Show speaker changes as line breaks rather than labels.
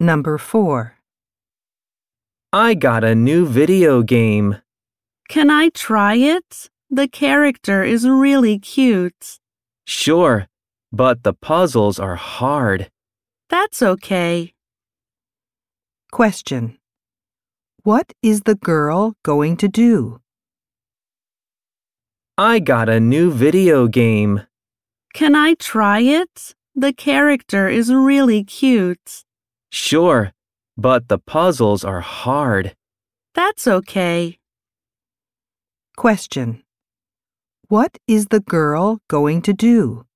Number 4.
I got a new video game.
Can I try it? The character is really cute.
Sure, but the puzzles are hard.
That's okay.
Question. What is the girl going to do?
I got a new video game.
Can I try it? The character is really cute.
Sure, but the puzzles are hard.
That's okay.
Question. What is the girl going to do?